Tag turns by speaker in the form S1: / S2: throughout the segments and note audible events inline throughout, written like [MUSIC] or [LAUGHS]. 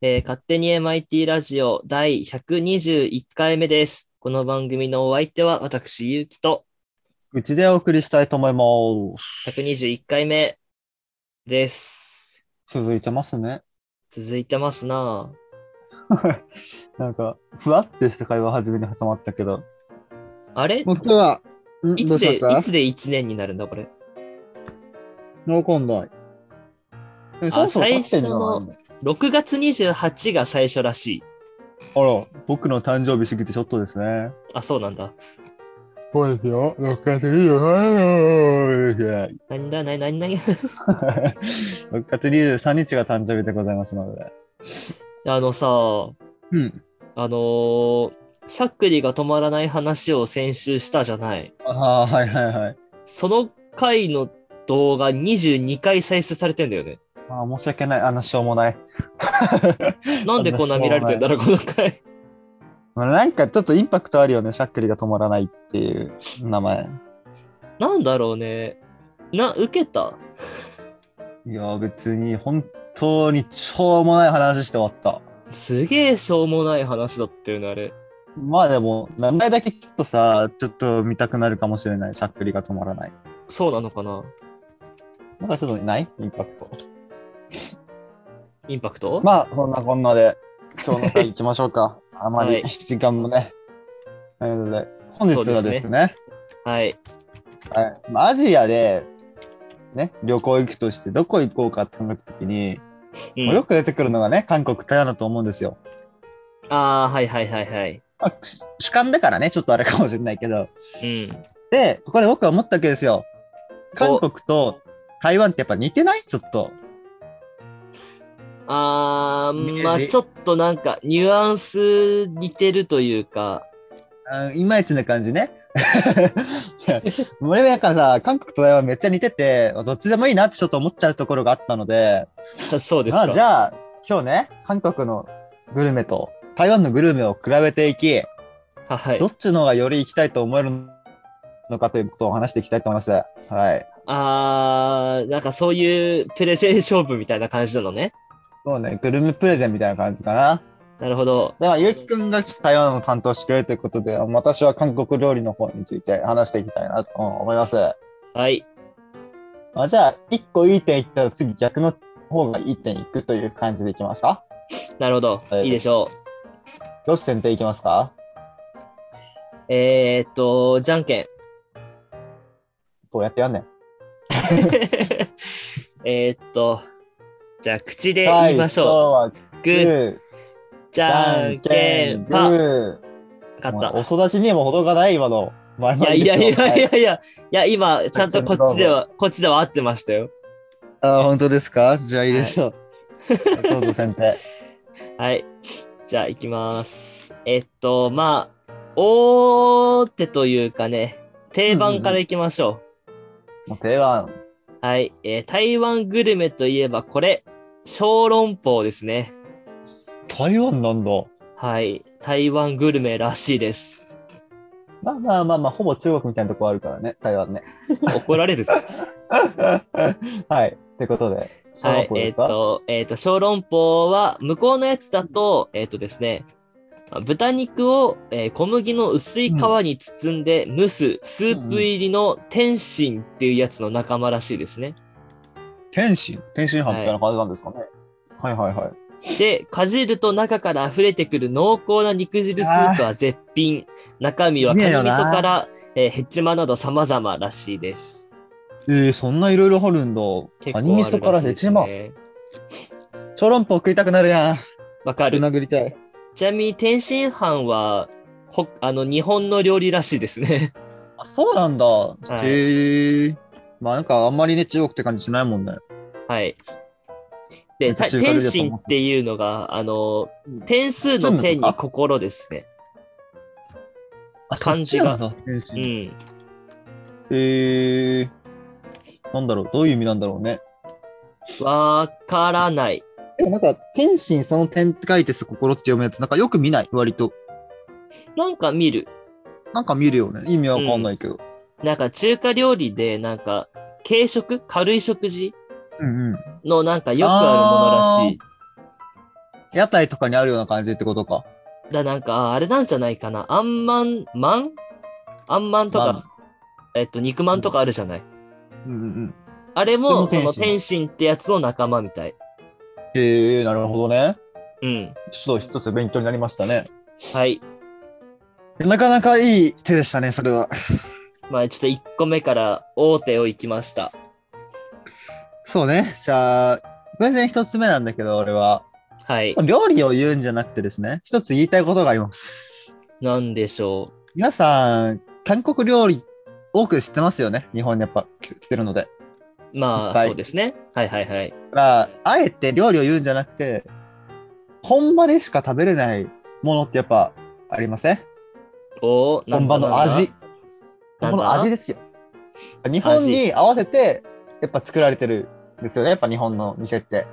S1: えー勝手に MIT ラジオ第121回目です。この番組のお相手は私、ゆうきと
S2: うちでお送りしたいと思います。
S1: 121回目です。
S2: 続いてますね。 [LAUGHS]
S1: 続いてますな
S2: なんか、ふわってした会話初めに挟まったけど。
S1: ぁあれ
S2: 僕は、ん
S1: い
S2: どう
S1: つ
S2: し
S1: で、
S2: ま
S1: い
S2: した
S1: つで1年になるんだ、これ。
S2: わかんない。えそろそろ経ってんじゃな
S1: 最
S2: い
S1: 初6月28が最初らしい。
S2: のあら、僕の誕生日過ぎてちょっとですね。
S1: あ、そうなんだ。
S2: そうですよ。6月23日。
S1: なんだ、なになになに
S2: [LAUGHS] 6月23日が誕生日でございますので。
S1: [LAUGHS] あのさ、あの
S2: うん。
S1: ー、しゃっくりが止まらない話を先週したじゃない。
S2: ああ、はいはいはい。
S1: その回の動画22回再生されてんだよね。
S2: あー申し訳ない。あの、しょうも [LAUGHS] ない。
S1: なんでこんな見られてんだろう、この回。
S2: まあなんかちょっとインパクトあるよね。しゃっくりが止まらないっていう名前。
S1: なんだろうね。な、受けた
S2: いや、別に本当にしょうもない話して終わった。
S1: すげえしょうもない話だったよね、あれ。
S2: まあでも、名前だけ聞くとさ、ちょっと見たくなるかもしれない。しゃっくりが止まらない。
S1: そうなのかな
S2: なんかちょっとないインパクト。
S1: インパクト、
S2: まあ、そんなこんなで、今日の回行きましょう [LAUGHS] か。あま
S1: はい
S2: り時間もね。なので、本日はです
S1: そうです
S2: ね、
S1: はい。
S2: はいまあアジアで、ね、旅行行くとしてどこ行こうかって考えたときに、
S1: う
S2: まあよ
S1: ん、
S2: く出てくるのがね、韓国、台湾だと思うんですよ。
S1: ああ、はいはいはいはい。
S2: まあ、主主観だからね、ちょっとあれかもしれないけど、
S1: うん。
S2: で、ここで僕は思ったわけですよ。韓国と台湾ってやっぱ似てないちょっと。
S1: あ
S2: イメー
S1: ー、
S2: ジ
S1: まあちょっとなんか、ニュアンス似てるというか、 [LAUGHS]
S2: あいまいちな感じね。 [LAUGHS] いや俺はだからさ、韓国と台湾めっちゃ似てて、どっちでもいいなってちょっと思っちゃうところがあったので、
S1: そうです
S2: ま
S1: か。
S2: あじゃあ、今日ね、韓国のグルメと台湾のグルメを比べていき、
S1: あ、はい
S2: ど。っちの方がより行きたいと思えるのかということを話していきたいと思います。はい。
S1: あー、なんかそういうプレゼン勝負みたいな感じなのね。
S2: そうね、グルメプレゼンみたいな感じかな。
S1: なるほど。
S2: では、ゆうきくんが台湾を担当してくれるということで、私は韓国料理の方について話していきたいなと思います。
S1: はい。
S2: まあ、じゃあ、一個いい点言ったら次逆の方がいい点いくという感じでいきますか
S1: なるほど。
S2: はい
S1: いいでしょう。
S2: どうし点でいきますか
S1: えー、っと、じゃんけん。
S2: どうやってやんねん。
S1: [LAUGHS] えーっと、じゃあ、口で言いましょ
S2: ょう。
S1: う。グー、じ
S2: じ
S1: ゃんけん、パー、
S2: ー。
S1: 勝っ
S2: お前お
S1: た。
S2: 育ちにも程がない今の。前
S1: いやいやいや
S2: 々
S1: い
S2: ですよ。
S1: やいや、いや、今、ちゃんとこっちでは、こっちでは合ってましたよ。
S2: あ、本当ですかじゃあいいでしょう。どうぞ先 [LAUGHS] 手。
S1: はい。じゃあ、行きます。えっと、まあ、大手というかね、定番から行きましょ
S2: もう定番。
S1: う。はい、えー台湾グルメといえばこれ、小籠包ですね。
S2: 台湾なんだ。
S1: はい。台湾グルメらしいです。
S2: まあまあまあまあ、ほぼ中国みたいなとこあるからね、台湾ね。
S1: 怒られるぞ。
S2: [LAUGHS] はい。ってことで、小
S1: は
S2: 籠
S1: い
S2: 包、
S1: え
S2: で
S1: っ、
S2: すか、
S1: と、えっ、と、小籠包は、向こうのやつだと、えっ、とですね、あ豚肉を、えー小麦の薄い皮に包んで蒸す、スープ入りの天津っていうやつの仲間らしいですね。
S2: 天津天津飯みたいな感じなんですかね。はい、はい、はいはい
S1: で、かじると中から溢れてくる濃厚な肉汁スープは絶品。中身はカニ味噌から、えーヘチマなど様々らしいです。
S2: えー、そんないろいろあるんだ。カニ味噌からヘチマ。
S1: 結構あるらしいですね
S2: 小籠包食いたくなるやん。
S1: わかる。
S2: 殴りたい。
S1: ちなみに天津飯は、ほあの日本の料理らしいですね。
S2: あ、そうなんだ。
S1: い
S2: へえ。まあなんかあんまりね、中国って感じしないもんね。
S1: はい。で、
S2: めっちゃ
S1: た
S2: 中華料理
S1: 天
S2: だと思っ
S1: 心っ
S2: た
S1: ていうのが、あの、点数の点に心ですね。
S2: あ、
S1: 漢字が
S2: そっちなんだ。天
S1: う
S2: 津
S1: ん。
S2: へえ。なんだろう、どういう意味なんだろうね。
S1: わからない。
S2: でもなんか、天津その点って書いてす心って読むやつ、なんかよく見ない、割と。
S1: なんか見る。
S2: なんか見るよね。意味わかんないけど。
S1: なんか中華料理で、なんか、軽食軽い食事
S2: うんうん。
S1: のなんかよくあるものらしい。
S2: 屋台とかにあるような感じってことか。
S1: だなんか、あれなんじゃないかな。あんまん、まんあんまんと
S2: まん
S1: か、えっと、肉まんとかあるじゃない。
S2: うんうんうん。
S1: あれ
S2: でも
S1: も、
S2: 天
S1: そ
S2: 津
S1: の天津ってやつの仲間みたい。
S2: えー、なるほどね。
S1: うん。
S2: ちょっと一つ勉強になりましたね。
S1: はい。
S2: なかなかいい手でしたね、それは。
S1: まあ、ちょっと1個目から大手を行きました。
S2: そうね。じゃあ、全然一つ目なんだけど、俺は。
S1: はい。
S2: 料理を言うんじゃなくてですね、一つ言いたいことがあります。
S1: なんでしょ
S2: 皆さん、韓国料理多く知ってますよね。日本にやっぱ来来てるので。
S1: う。ま
S2: いっ
S1: あ、
S2: ぱい
S1: そうですね。はいはいはい。
S2: だから、あえて料理を言うんじゃなくて、本場でしか食べれないものってやっぱありません
S1: おー
S2: 本場の。味。
S1: な
S2: 本
S1: んだなんだ
S2: 場の味ですよ。日本に合わせて、やっぱ作られてるんですよね。やっぱ日本の店って。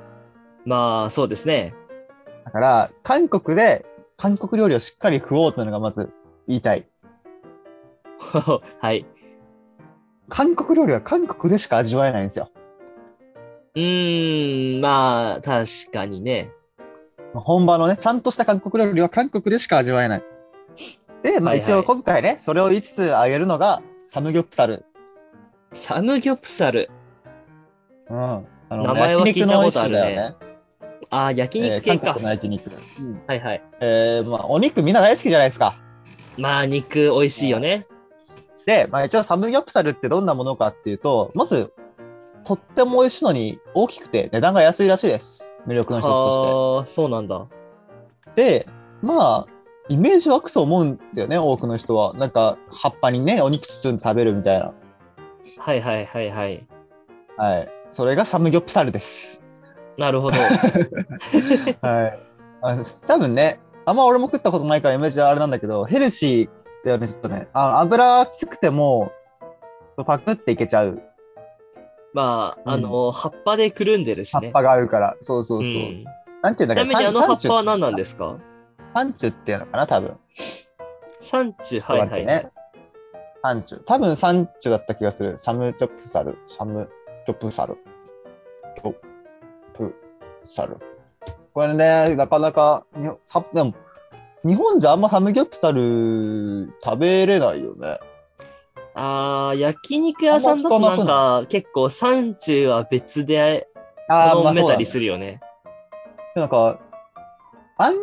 S1: まあ、そうですね。 [LAUGHS]
S2: だから、韓国で韓国料理をしっかり食おうというのがまず言いたい。
S1: はい。
S2: 韓国料理は韓国でしか味わえないんですよ。
S1: うーん、まあ、確かにね。
S2: 本場のね、ちゃんとした韓国料理は韓国でしか味わえない。で、ま
S1: はいは
S2: あ
S1: い
S2: 一応今回ね、それを5つ挙げるのが、サムギョプサル。
S1: サムギョプサル。
S2: うん。あの
S1: 名前は聞いたことあるね
S2: 焼肉の一種だよ
S1: ああ、焼
S2: え
S1: 肉
S2: ー
S1: 系
S2: 韓
S1: か
S2: 国。の焼肉。うん
S1: はいはい。
S2: えーまあお肉みんな大好きじゃないですか。
S1: まあ、肉美味しいよね。
S2: で、まあ一応サムギョプサルってどんなものかっていうと、まず、とっても美味しいのに大きくて値段が安いらしいです。魅力の一つとして。
S1: はあ、そうなんだ。
S2: で、まあ、イメージ湧くと思うんだよね、多くの人は。なんか、葉っぱにね、お肉包んで食べるみたいな。
S1: はいはいはいはい。
S2: はい。それがサムギョプサ
S1: [LAUGHS]
S2: ルです。
S1: なるほ
S2: [LAUGHS]
S1: ど。
S2: はい。あ多分ね、あんま俺も食ったことないからイメージはあれなんだけど、ヘルシーだよね、ちょっとね。あ油きつくても、パクっていけちゃう。
S1: まあ、あの、葉っぱでくるんでるし
S2: 葉っ
S1: ね。
S2: ぱがあるから。そうそうそう。
S1: うん
S2: なんていうんだ
S1: ちな
S2: っけ
S1: みにあの葉っぱは何なんですすか
S2: パンチュっていうのかな、多分。
S1: サンチュ、
S2: ちょっと
S1: はい
S2: 待っ
S1: は
S2: て
S1: い
S2: ね。。サンチュ。多分サンチュだった気がする。サムチョプサル。サムチョプサル。チョプサル。これね、なかなかにさでも、日本じゃあんまサムギョプサル食べれないよね。
S1: ああ、焼肉屋さんだとなんか結構サンチュは別で
S2: ま
S1: 頼
S2: あそ
S1: め
S2: うだ
S1: た
S2: ね
S1: りするよね。
S2: なんか、あん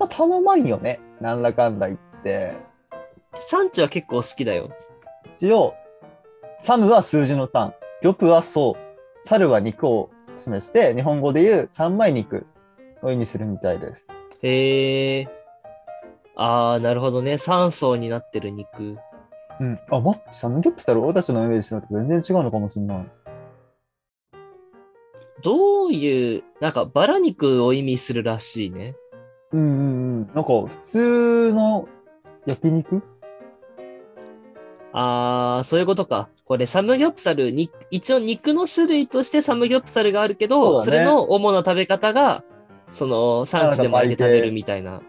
S2: ま頼まんよね。なんだかんだ言って。
S1: サンチュは結構好きだよ。
S2: 一応、サムは数字の3、ギョプはそう、サルは肉を示して、日本語で言う三枚肉を意味するみたいです。
S1: へえ。ああ、なるほどね。三層になってる肉。
S2: うん。あ、待って、サムギョプサル、俺たちのイメージと全然違うのかもしれない。
S1: どういう、なんかバラ肉を意味するらしいね。
S2: うんうんうん。なんか、普通の焼肉
S1: ああ、そういうことか。これサムギョプサルに、一応肉の種類としてサムギョプサルがあるけど、そ,、
S2: そうだ
S1: れ
S2: ね
S1: の主な食べ方が、その、産地で巻いて食べるみたいな。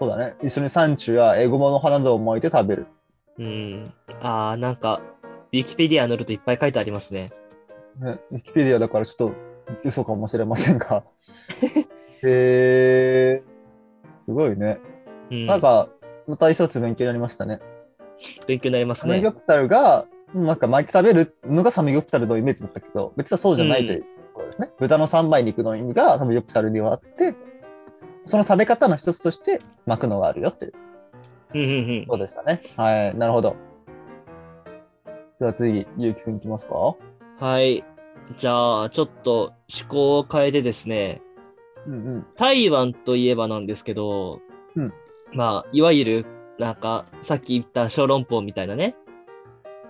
S2: そうだね。一緒にサンチュやエゴマの花などを巻いて食べる。
S1: うん。ああ、なんか、ウィキペディアに載るといっぱい書いてありますね。
S2: ね、ウィキペディアだからちょっと嘘かもしれません [LAUGHS] が。へえー。すごいね。
S1: うん。
S2: なんか、また一つ勉強になりましたね。
S1: 勉強になります
S2: サム
S1: ね
S2: ギョ。プタルが、なんか巻き食べるのがサムギョプタルのイメージだったけど、別はそうじゃないということですね。豚の三枚肉の意味がサムギョプタルにはあって、その食べ方の一つとして巻くのがあるよという
S1: うんうんうん。
S2: ことでしたね。はい、なるほど。では次、ゆうきくんいきますか
S1: はい。じゃあ、ちょっと思考を変えてですね、
S2: うんうん。
S1: 台湾といえばなんですけど、
S2: うん
S1: まあ、いわゆる、なんか、さっき言った小籠包みたいなね、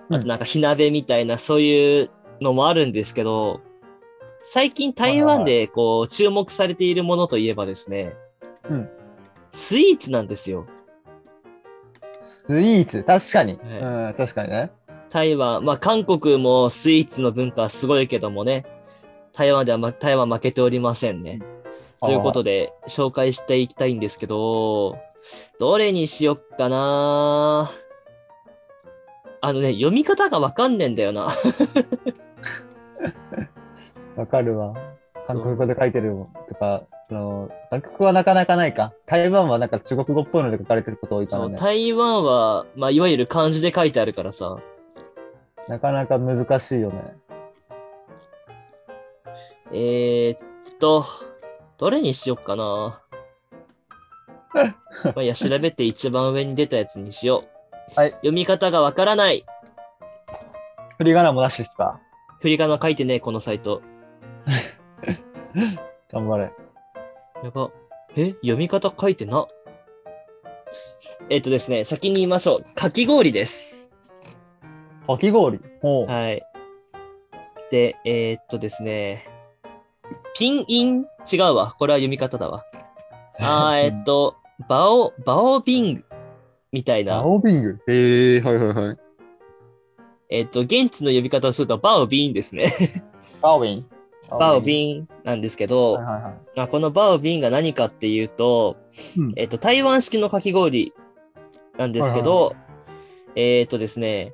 S2: うん
S1: あとなんか火鍋みたいな、そういうのもあるんですけど、最近台湾でこう注目されているものといえばですね、
S2: うん
S1: スイーツなんですよ。
S2: スイーツ、確かに。
S1: はい
S2: うん、確かにね。
S1: 台湾、まあ韓国もスイーツの文化はすごいけどもね、台湾では、ま、台湾負けておりませんね。ということで、紹介していきたいんですけど、どれにしよっかなあのね、読み方がわかんねえんだよな。
S2: あー。わかるわ。韓国語で書いてるとか、その、韓国語はなかなかないか。台湾はなんか中国語っぽいので書かれてること多いか
S1: そ
S2: ら
S1: う
S2: ね。
S1: [LAUGHS] 台湾は、まあ、いわゆる漢字で書いてあるからさ。
S2: なかなか難しいよね。
S1: えー、っと、どれにしよっか
S2: [LAUGHS]
S1: な。まあ、いや、調べて一番上に出たやつにしよう。
S2: はい
S1: 読み方がわからない。
S2: 振り仮名もなしですか
S1: 振り仮名書いてね、このサイト。
S2: 頑張れ。
S1: やば。え読み方書いてな。えーっとですね、先に言いましょう。かき氷です。
S2: かき氷。ほう。
S1: はい。で、えー、っとですね、ピンイン違うわ。これは読み方だ [LAUGHS] わ。あーえーっと、バオ、バオビングみたいな。
S2: 青ビング。へえー、はいはいはい。
S1: えっと、現地の呼び方をすると、バオビンですね。
S2: バオビン。
S1: バオ
S2: ン。
S1: ビンなんですけど、
S2: はいはいはい。
S1: まあ、このバオビンが何かっていうと、
S2: うん
S1: えっと、台湾式のかき氷なんですけど、えっとですね、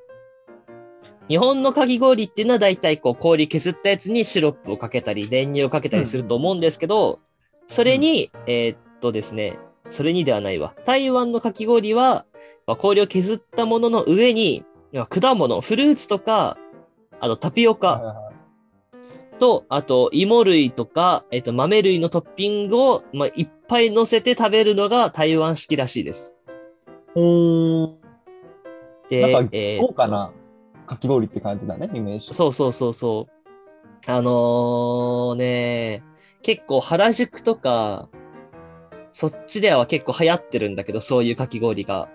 S1: 日本のかき氷っていうのは大体こう氷削ったやつにシロップをかけたり練乳をかけたりすると思うんですけど、それに、えっとですね、それにではないわ。台湾のかき氷は、まあ、氷を削ったものの上に、まあ果物、フルーツとか、あとタピオカ、
S2: は
S1: と、あと、芋類とか、えっと、豆類のトッピングを、まあ、いっぱい乗せて食べるのが台湾式らしいです。
S2: いはい。
S1: で、
S2: なんか
S1: えー
S2: 豪華なかき氷って感じだね、イメージ。
S1: そうそうそうそう。あのーね、結構原宿とか、そっちでは結構流行ってるんだけど、そういうかき氷が。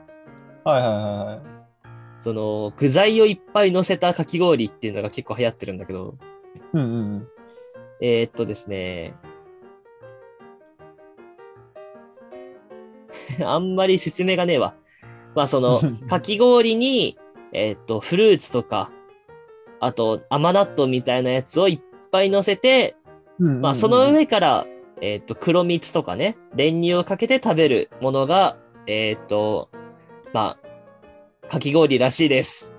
S2: はいはいはいはい。
S1: その、具材をいっぱい乗せたかき氷っていうのが結構流行ってるんだけど、
S2: うんうんうん。
S1: えーっとですね、 [LAUGHS] あんまり説明がねえわ。まあその、かき氷に、えーっと、フルーツとか、あと甘納豆みたいなやつをいっぱい乗せて、まあその上から、えーっと、黒蜜とかね、練乳をかけて食べるものが、えーっと、まあ、かき氷らしいです。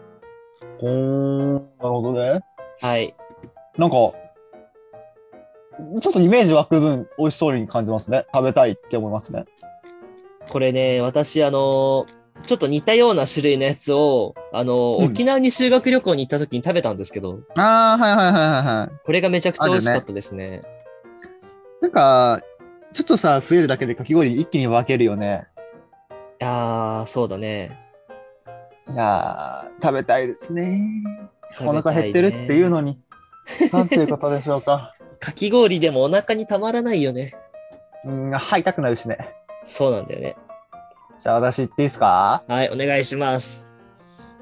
S2: ほーん、なるほどね。
S1: はい。
S2: なんか、ちょっとイメージ湧く分、美味しそうに感じますね。食べたいって思いますね。
S1: これね、私、あのーちょっと似たような種類のやつを、あのー
S2: うん
S1: 沖縄に修学旅行に行った時に食べたんですけど、
S2: ああ、はいはいはいはい。
S1: これがめちゃくちゃ美味し
S2: あ
S1: か
S2: るね
S1: ったですね。
S2: なんか、ちょっとさ、増えるだけでかき氷一気に分けるよね。
S1: いやー、そうだね。
S2: いやー、食べたいですね。お腹減
S1: 食べ
S2: ったて
S1: い
S2: る
S1: ね
S2: っていうのに。なんていうことでしょ
S1: [LAUGHS]
S2: うか。
S1: かき氷でもお腹にたまらないよね。
S2: うん、吐いたくなるしね。
S1: そうなんだよね。
S2: じゃあ私言っていいですか
S1: はい、お願いします。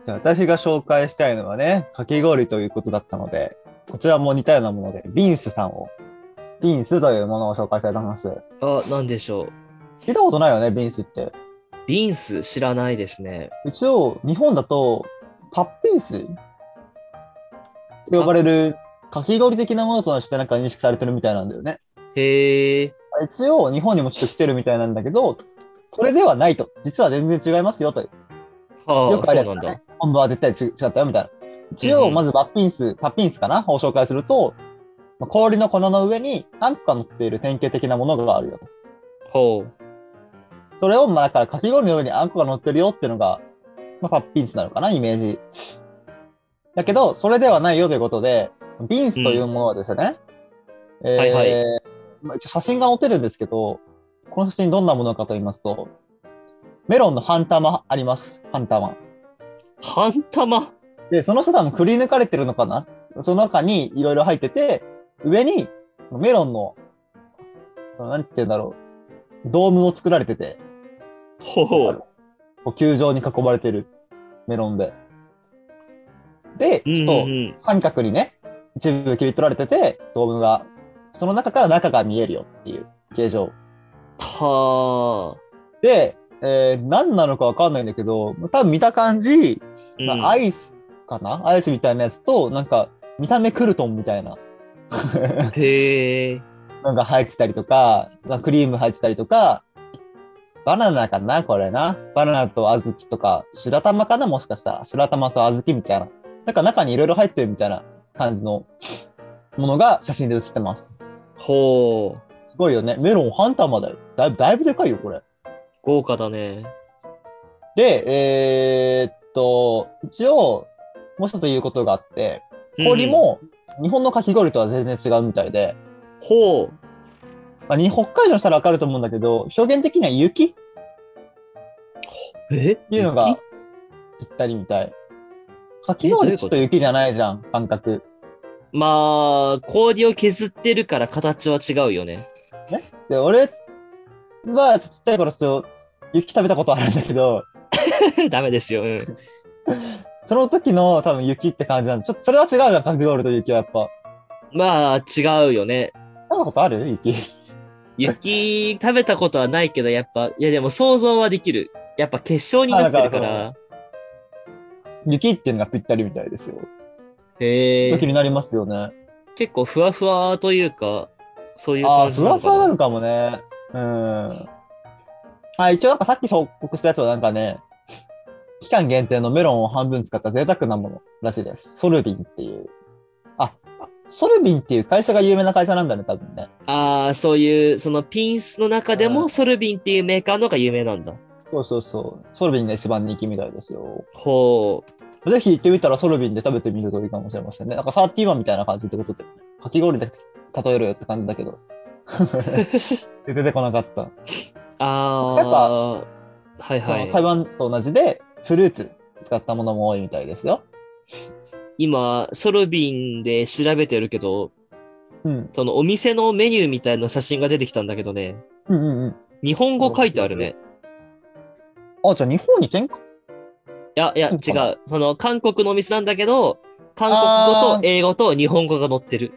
S2: じゃあ私が紹介したいのはね、かき氷ということだったので、こちらも似たようなもので、ビンスさんを、ビンスというものを紹介したいと思います。
S1: あ、なんでしょう。
S2: 聞いたことないよね、ビンスって。
S1: ビンス知らないですね。
S2: 一応、日本だと、パッピンスと呼ばれる、かき氷的なものとしてなんか認識されてるみたいなんだよね。
S1: へえ。
S2: 一応、日本にもちょっと来てるみたいなんだけど、それではないと。実は全然違いますよという。
S1: は
S2: よ
S1: あ、
S2: くあ
S1: そ
S2: る
S1: う
S2: やつ
S1: なんだ。
S2: 本部は絶対ち違ったよみたいな。一
S1: うんう
S2: 応、
S1: ん
S2: まずバッピンス、パッピンスかなを紹介すると、まあ氷の粉の上に何個か乗っている典型的なものがあるよと。
S1: ほう。
S2: それを、まあ、だからかき氷の上にあんこが乗ってるよっていうのが、まあ、パッピンスなのかな、イメージ。だけど、それではないよということで、ビンスというものはですね、えー
S1: はいはい
S2: まあ一応写真が載ってるんですけど、この写真どんなものかと言いますと、メロンの半玉あります。半玉。
S1: 半玉
S2: で、その下多分くり抜かれてるのかなその中にいろいろ入ってて、上にメロンの、なんて言うんだろう、ドームを作られてて、
S1: ほう。
S2: こう球状に囲まれてるメロンで。で、
S1: うん
S2: ち
S1: う
S2: ょっ
S1: ん
S2: と
S1: うん
S2: 三角にね、一部切り取られてて、ドームが、その中から中が見えるよっていう形状。
S1: は
S2: で、えー何なのかわかんないんだけど、多分見た感じ、
S1: あ。うん
S2: まあ、アイスかなアイスみたいなやつと、なんか、見た目クルトンみたいな
S1: へえ。
S2: のが入ってたりとか、まあ、クリーム入ってたりとか、バナナかなこれな。バナナと小豆とか、白玉かなもしかしたら。白玉と小豆みたいな。なんか中にいろいろ入ってるみたいな感じのものが写真で写ってます。
S1: ほう。
S2: すごいよね。メロン半玉だよ。だいぶ、だいぶでかいよ、これ。
S1: 豪華だね。
S2: で、えーっと、一応、もう一つ言うことがあって、氷
S1: うんうん。
S2: も日本のかき氷とは全然違うみたいで、
S1: ほう。
S2: まあ、に北海道の人はわかると思うんだけど、表現的には雪っ
S1: えって
S2: いうのがぴったりみたい。かき氷ちょっと雪じゃないじゃん、感覚。
S1: まあ、氷を削ってるから形は違うよね。 [LAUGHS]
S2: で、俺はちっちゃい頃、そう雪食べたことあるんだけど、
S1: ダメですよ。うん。
S2: その時の多分雪って感じなんで、ちょっとそれは違うじゃん、かき氷と雪はやっぱ。
S1: まあ、違うよね。
S2: 食べたことある雪。
S1: 雪食べたことはないけど、やっぱ、いやでも想像はできる。やっぱ結晶になってるか
S2: あだから
S1: ら。
S2: 雪っていうのがぴったりみたいですよ。
S1: へ
S2: ちょっと気
S1: え。
S2: になりますよね。
S1: 結構ふわふわというか、そういう
S2: ああ、
S1: 感じ
S2: ふ
S1: な
S2: わ
S1: の
S2: ふわ
S1: か
S2: な
S1: な。
S2: のかもね。うん。あ、一応なんかさっき報告したやつはなんかね、期間限定のメロンを半分使った贅沢なものらしいです。ソルビンっていう。あ、ソルビンっていう会社が有名な会社なんだね、多分ね。
S1: ああ、そういう、そのピンスの中で
S2: う
S1: も
S2: ん
S1: ソルビンっていうメーカーのが有名なんだ。
S2: そうそうそう。ソルビンが一番人気みたいですよ。
S1: ほう。
S2: ぜひ行ってみたらソルビンで食べてみるといいかもしれませんね。なんかサーティワンみたいな感じってことで、かき氷で例えるよって感じだけど。 [LAUGHS] 出てこなかった。
S1: ああ、はい
S2: そ
S1: は
S2: の台
S1: い。
S2: 湾と同じでフルーツ使ったものも多いみたいですよ。
S1: 今、ソルビンで調べてるけど、
S2: うん。
S1: そのお店のメニューみたいな写真が出てきたんだけどね、
S2: うんうんうん。
S1: 日本語書いてあるね。
S2: あ、じゃあ日本に転換
S1: いやいや、違
S2: そうかな
S1: う。その韓国のお店なんだけど、韓国語と英語と日本語が載ってる。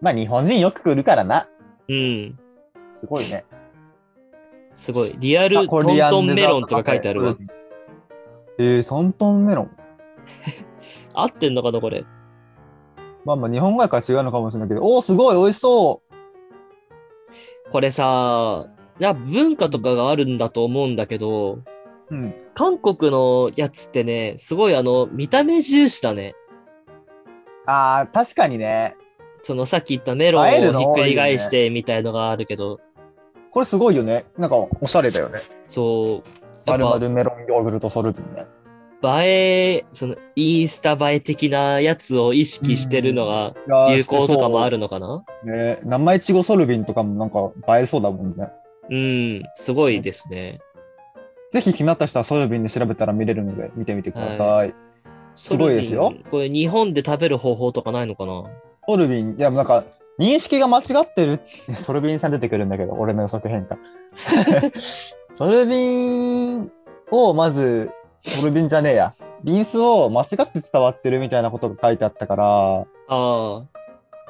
S2: まあ日本人よく来るからな。
S1: うん。
S2: すごい [LAUGHS] ね。
S1: すごい。リアルトントンメロンとか書いてあるわ。。
S2: えー、3トンメロン。
S1: 合ってんのかな、これ。
S2: まあまあ日本語やから違うのかもしれないけど、おーすごい美味しそう。
S1: これさ、いや文化とかがあるんだと思うんだけど、
S2: うん、
S1: 韓国のやつってね、すごいあの、見た目重視だね。
S2: あー確かにね。
S1: そのさっき言ったメロンを
S2: 映え
S1: ひ
S2: るの
S1: っ
S2: 多い
S1: く
S2: よね
S1: り返してみたいのがあるけど、
S2: これすごいよね。なんかおしゃれだよね。
S1: そう。や
S2: まるま
S1: っ
S2: るメロンヨーグルトソルビンね。
S1: ぱ映え、そのインスタ映え的なやつを意識してるのが
S2: いやー
S1: 流行とかもあ。
S2: し
S1: るのかな
S2: てそうね、生いちごソルビンとかもなんか映えそうだもんね。
S1: うん、すごいですね。
S2: ぜひ気になった人はソルビンで調べたら見れるので見てみてください。すごいですよ
S1: ソルビン。これ日本で食べる方法とかないのかな
S2: ソルビン、いやなんか認識が間違ってる。 [LAUGHS] いやソルビンさん出てくるんだけど、俺の予測変化。 [LAUGHS] ソルビンをまず、ソルビンじゃねえや。ビンスを間違って伝わってるみたいなことが書いてあったから、
S1: あ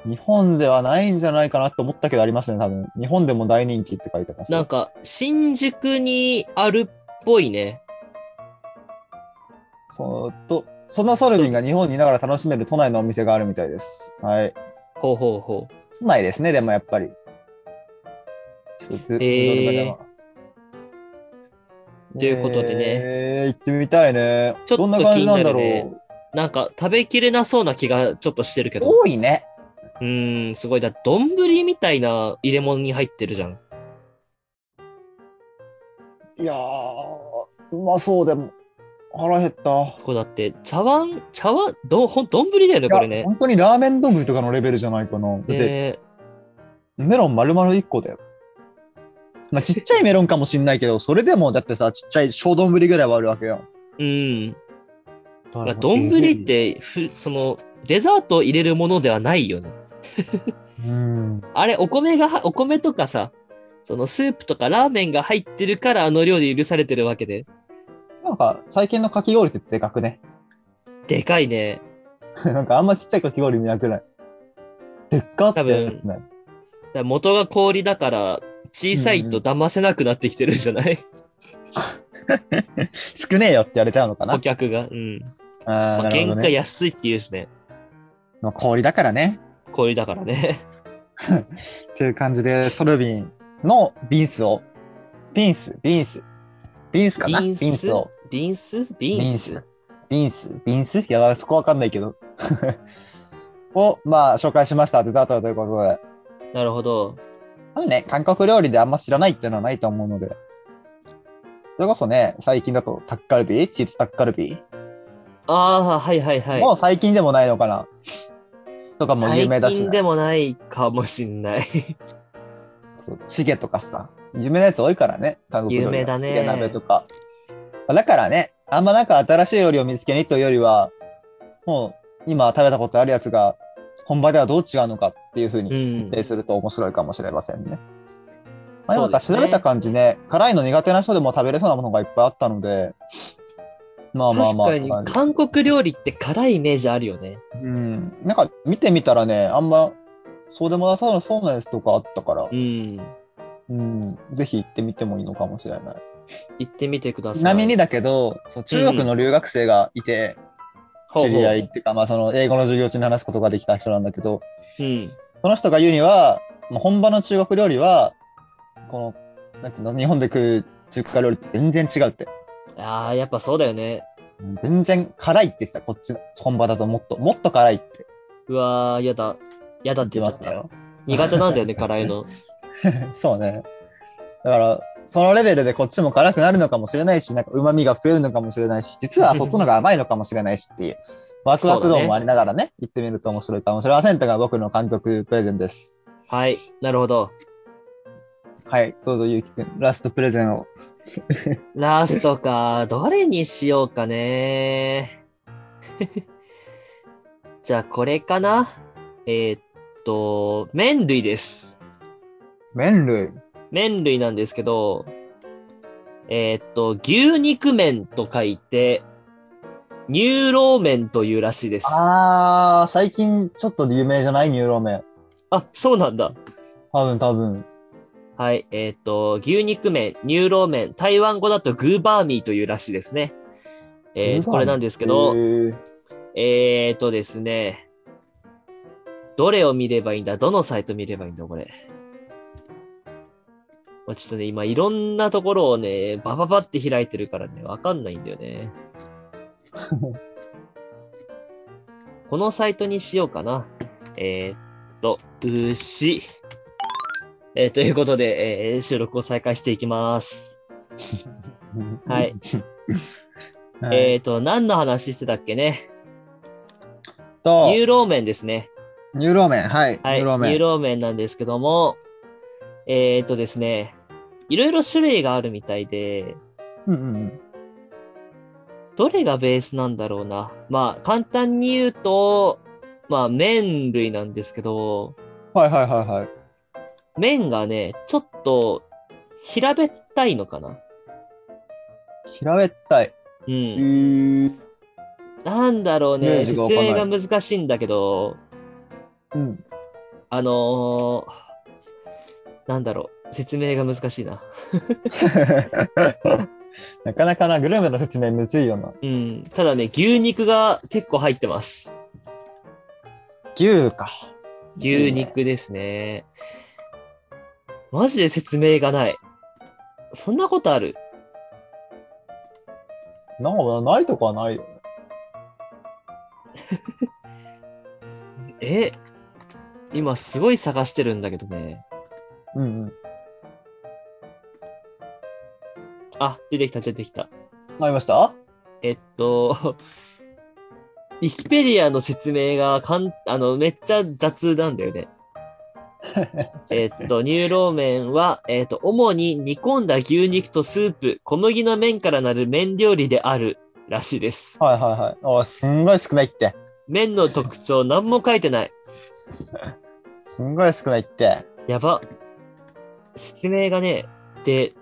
S2: 日本ではないんじゃないかなと思ったけどありますね、多分。日本でも大人気って書いてま
S1: あ、
S2: す。
S1: なんか新宿にあるっぽいね。
S2: そうと、そんなソルビンが日本にいながら楽しめる都内のお店があるみたいです。はい。
S1: ほうほうほう。
S2: 都内ですね、でもやっぱり。ちょっとず
S1: えーということでね
S2: えー行ってみたいね。
S1: ちょっと
S2: どんな感じなんだろう。
S1: 気になるなんか食べきれなそうな気がちょっとしてるけど。
S2: 多いね。
S1: うーん、すごい。だって丼みたいな入れ物に入ってるじゃん。
S2: いやー、うまそうでも。腹減った。
S1: これだって茶碗、茶碗、どほん丼だよね、これ
S2: いや
S1: ね。
S2: 本当にラーメン丼とかのレベルじゃないかな。だっ
S1: ね
S2: て、メロン丸々1個だよ。まあ、ちっちゃいメロンかもしんないけど、それでもだってさ、ちっちゃい小丼ぐらいはあるわけよ。
S1: うん。
S2: だから
S1: まあ丼ってふ、その、デザートを入れるものではないよね。
S2: うん。
S1: あれ、お米が、お米とかさ、そのスープとかラーメンが入ってるからあの量で許されてるわけで。
S2: なんか、最近のかき氷ってでかくね。
S1: でかいね。
S2: [LAUGHS] なんかあんまちっちゃいかき氷見なくない。でっかってやつね。
S1: だから元が氷だから、小さいと騙せなくなってきてるんじゃない、
S2: 少ねえよって言われちゃうのかな。
S1: お客が。うん。
S2: あー
S1: まあ、
S2: なるほ
S1: 原
S2: ど
S1: 価
S2: ね。
S1: 安いって言うしね。
S2: まあ、氷だからね。
S1: 氷だからね。
S2: っていう感じで、ソルビンのビンスを、ビンス、ビンス、ビンスかな。ビンスを。
S1: ビンスビ
S2: ビ
S1: ン
S2: ン
S1: ス
S2: ス。ビンス、ビンスいや、 [LAUGHS] そこわかんないけど。を、まあ、紹介しました。デザートということで。
S1: なるほど。
S2: まあね、韓国料理であんま知らないっていうのはないと思うので。それこそね、最近だとタッカルビチーズタッカルビ、
S1: ああ、はいはいはい。
S2: もう最近でもないのかなとかも有名だ
S1: 最
S2: し、
S1: 近
S2: ね
S1: で、もないかもしん
S2: [LAUGHS]
S1: ない。
S2: そうチゲとかさ、有名なやつ多いからね、韓国料理
S1: 有
S2: は
S1: 名だね
S2: チゲ鍋とか。だからね、あんまなんか新しい料理を見つけにというよりは、もう今食べたことあるやつが本場ではどう違うのかっていうふう
S1: う
S2: に
S1: ん
S2: 設。定すると面白いかもしれませんね。まあ、
S1: そ
S2: な
S1: うんで
S2: か
S1: す
S2: 調
S1: ね
S2: べた感じね辛いの苦手な人でも食べれそうなものがいっぱいあったので、まあまあ
S1: 確
S2: まあ。
S1: かに、韓国料理って辛いイメージあるよね。
S2: うん、なんか見てみたらね、あんまそうでもなさそうなやつとかあったから
S1: う、ん。
S2: うん、ぜひ行ってみてもいいのかもしれない。
S1: 行ってみてください。
S2: ちなみにだけど、そう中国の留学生がいて、
S1: ほうほ
S2: 知
S1: う
S2: り合いっていうか、まあ、その英語の授業中に話すことができた人なんだけど、
S1: うん。
S2: その人が言うには、もう本場の中国料理は、この、なんていうの、日本で食う中華料理って全然違うって。
S1: ああ、やっぱそうだよね。
S2: うん全然辛いってさ、こっちの本場だともっと、もっと辛いって
S1: うわー、やだ。やだ
S2: 言
S1: っ
S2: っ
S1: 言っ
S2: ててま
S1: ちゃっ
S2: した
S1: た。
S2: よ。
S1: 苦手なんだよ
S2: [LAUGHS]
S1: ね、辛いの。
S2: そうね。だから、そのレベルでこっちも辛くなるのかもしれないし、なんか旨味が増えるのかもしれないし、実はそっちの方が甘いのかもしれないしっ
S1: [LAUGHS]
S2: ていう、ワクワク度もありながらね、行ってみると面白いかもしれませんとが僕の監督プレゼンです。
S1: はい、なるほど。
S2: はい、どうぞゆうきくん、ラストプレゼンを。
S1: ラストか、どれにしようかね。 [LAUGHS] じゃあ、これかな。えーっと、麺類です。
S2: 麺類。
S1: 麺類なんですけど、えーっと、牛肉麺と書いて、乳老麺というらしいです。あ
S2: あー、最近ちょっと有名じゃないニューローメン。
S1: そうなんだ。
S2: 多分多分。
S1: はい、えーっと、牛肉麺、乳老麺、台湾語だとグーバーミーというらしいですね。えーこれなんですけど
S2: へ、ー
S1: えーとですね。どれを見ればいいんだどのサイト見ればいいんだこれ。まあちょっとね、今いろんなところをね、バババって開いてるからね、わかんないんだよ
S2: [LAUGHS]
S1: ね。このサイトにしようかな。えーっと、牛。えーということで、えー収録を再開していきます。はい。
S2: [LAUGHS] はい
S1: えーっと、何の話してたっけね。
S2: と、
S1: ニューローメンですね。
S2: ニューローメン、はい、
S1: はい、
S2: ニ
S1: ニ
S2: ューローメ
S1: ュー
S2: ン。
S1: ローメンなんですけども、えー、っとですね、いろいろ種類があるみたいで、
S2: うんうんうん
S1: どれがベースなんだろうな。まあ、簡単に言うと、まあ、麺類なんですけど、
S2: はいはいはいはい。
S1: 麺がね、ちょっと平べったいのかな。
S2: 平べったい。
S1: う
S2: へ
S1: ん。
S2: ー
S1: なんだろう
S2: イメ
S1: ね、
S2: ージ
S1: 説
S2: がわかんない
S1: 明が難しいんだけど、
S2: うん
S1: あのーなんだろう、説明が難しいな。
S2: [LAUGHS] なかなかな、グルメの説明むずいよな。
S1: うん。ただね、牛肉が結構入ってます。
S2: 牛か。
S1: 牛肉ですね。マジで説明がない。そんなことある
S2: なんかないとかはないよ。
S1: え今すごい探してるんだけどね。
S2: うんうん。
S1: あ、出てきた出てきた。
S2: ありました
S1: えっと、ウィキペディアの説明がかんあのめっちゃ雑なんだよね。えっと、乳老麺は、えっと、主に煮込んだ牛肉とスープ、小麦の麺からなる麺料理であるらしいです。
S2: はいはいはい。おすんごい少ないって。
S1: 麺の特徴何も書いてない。
S2: すんごい少ないって。
S1: やば。説明がね、で、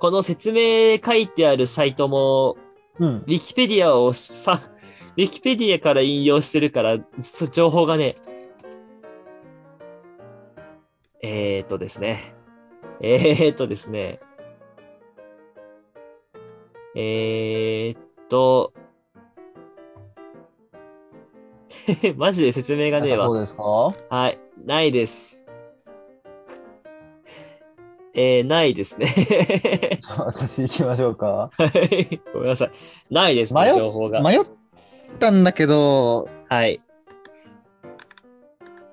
S1: この説明書いてあるサイトも、
S2: うん
S1: ウ。ィキペディアをさ、 [LAUGHS] ウィキペディアから引用してるから、そ情報がね、えー、っとですね、えー、っとですね、えー、っと、 [LAUGHS] マジで説明がねえわ
S2: そ。うですかは
S1: はい、ないです。 [LAUGHS] えー、ないですね。 [LAUGHS]
S2: じゃあ [LAUGHS] 私行きましょう
S1: は
S2: か。
S1: いごめんなさい。ないです
S2: 迷
S1: ね、
S2: っ
S1: 情報が。
S2: 迷ったんだけど、
S1: はい。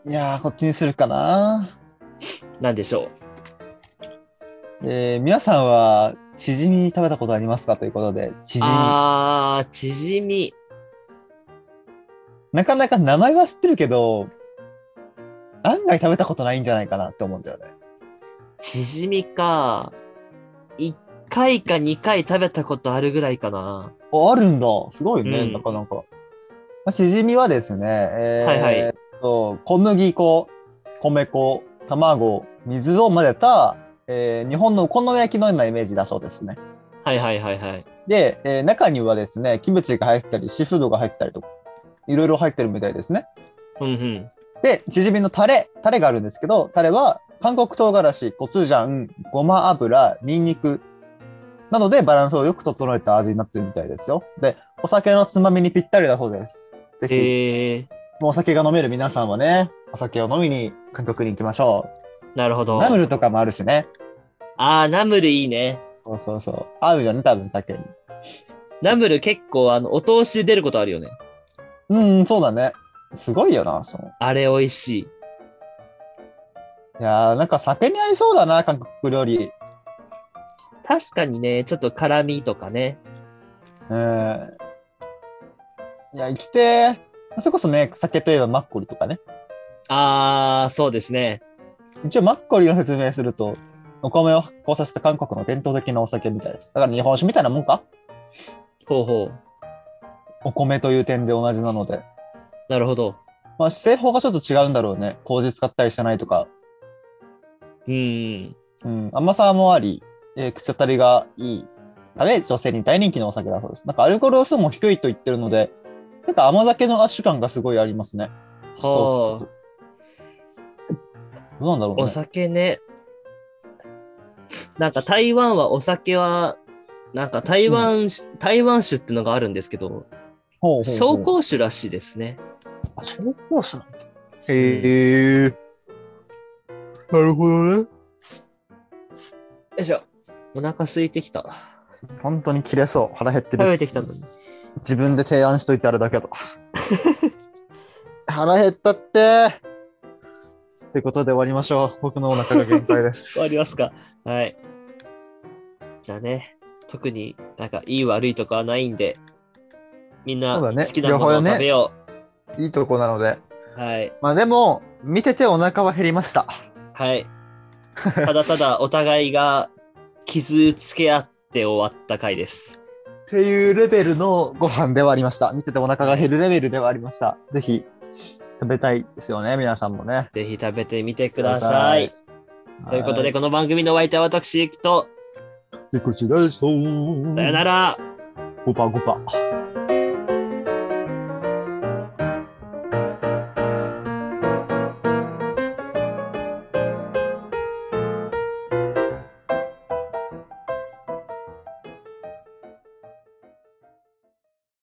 S2: いやー、こっちにするかな。
S1: なんでしょ
S2: えー皆さんは、チヂミ食べたことありますかということで、チ
S1: う。
S2: ヂミ。
S1: あー、縮み。
S2: なかなか名前は知ってるけど、案外食べたことないんじゃないかなって思うんだよね。
S1: 縮みか。1回か2回食べたことあるぐらいかな。
S2: ああるんだ。すごいね、
S1: うん
S2: なかなか。まあ、しじみはですね、えー
S1: はいはい
S2: えっと小麦粉、米粉、卵、水を混ぜた、えー日本のお好み焼きのようなイメージだそうですね。
S1: はいはいはいはい。
S2: で、えー中にはですね、キムチが入ってたり、シーフードが入ってたりとか、いろいろ入ってるみたいですね。
S1: うんうん。
S2: で、チヂミのタレ、タレがあるんですけど、タレは韓国唐辛子、コチュジャン、ごま油、ニンニクなどでバランスをよく整えた味になってるみたいですよ。で、お酒のつまみにぴったりだそうです。ぜひ、
S1: へえ
S2: もうお酒が飲める皆さんはね、お酒を飲みに韓国に行きましょ
S1: ー、なるほ
S2: う。
S1: ど。
S2: ナムルとかもあるしね。
S1: あー、ナムルいいね。
S2: そうそうそう。合うよね、多分酒に。
S1: ナムル結構、あの、お通しで出ることあるよね。
S2: うん、そうだね。すごいよな、そう。
S1: あれ美味しい。
S2: いやー、なんか酒に合いそうだな、韓国料理。
S1: 確かにね、ちょっと辛味とかね。
S2: うん。いや、生きてーそれこそね、酒といえばマッコリとかね。
S1: あー、そうですね。
S2: 一応マッコリの説明すると、お米を発酵させた韓国の伝統的なお酒みたいです。だから日本酒みたいなもんか
S1: ほうほう。
S2: お米という点で同じなので。
S1: なるほど。
S2: まあ、製法がちょっと違うんだろうね。麹使ったりしてないとか。
S1: うん。
S2: うん、甘さもあり、えー口当たりがいいため、女性に大人気のお酒だそうです。なんかアルコール度数も低いと言ってるので、なんか甘酒の圧縮感がすごいありますね。
S1: は
S2: どうなんだろうね。
S1: お酒ね。なんか台湾はお酒は、なんか台湾、台湾酒ってのがあるんですけど、
S2: ほうほうほう
S1: 紹興酒らしいですね。
S2: 紹興酒なんだ。へえ。なるほどね。
S1: よいしょ。お腹空いてきた。
S2: 本当に切れそう。腹減って
S1: 食
S2: る。
S1: べてきたのに。
S2: 自分で提案しといてあれだけど。腹減ったって。ということで終わりましょう。僕のお腹が限界で
S1: [LAUGHS]
S2: す。
S1: 終わりますか。はい。じゃあね、特になんかいい悪いとかはないんで、みんな
S2: そうだね
S1: 好きなものを
S2: 両方ね
S1: 食べよ
S2: いいとこなので。
S1: う。はい。
S2: まあでも、見ててお腹は減りました。
S1: はい。ただただお互いが傷つけ合って終わった回です。
S2: っていうレベルのご飯ではありました。見ててお腹が減るレベルではありました。ぜひ食べたいですよね、皆さんもね。
S1: ぜひ食べてみてく
S2: [LAUGHS]
S1: ださい。ということで、この番組のお相手は私、ゆきと、
S2: で、こちらです。さ
S1: さよな
S2: ら。
S1: ら。
S2: ごぱごぱ。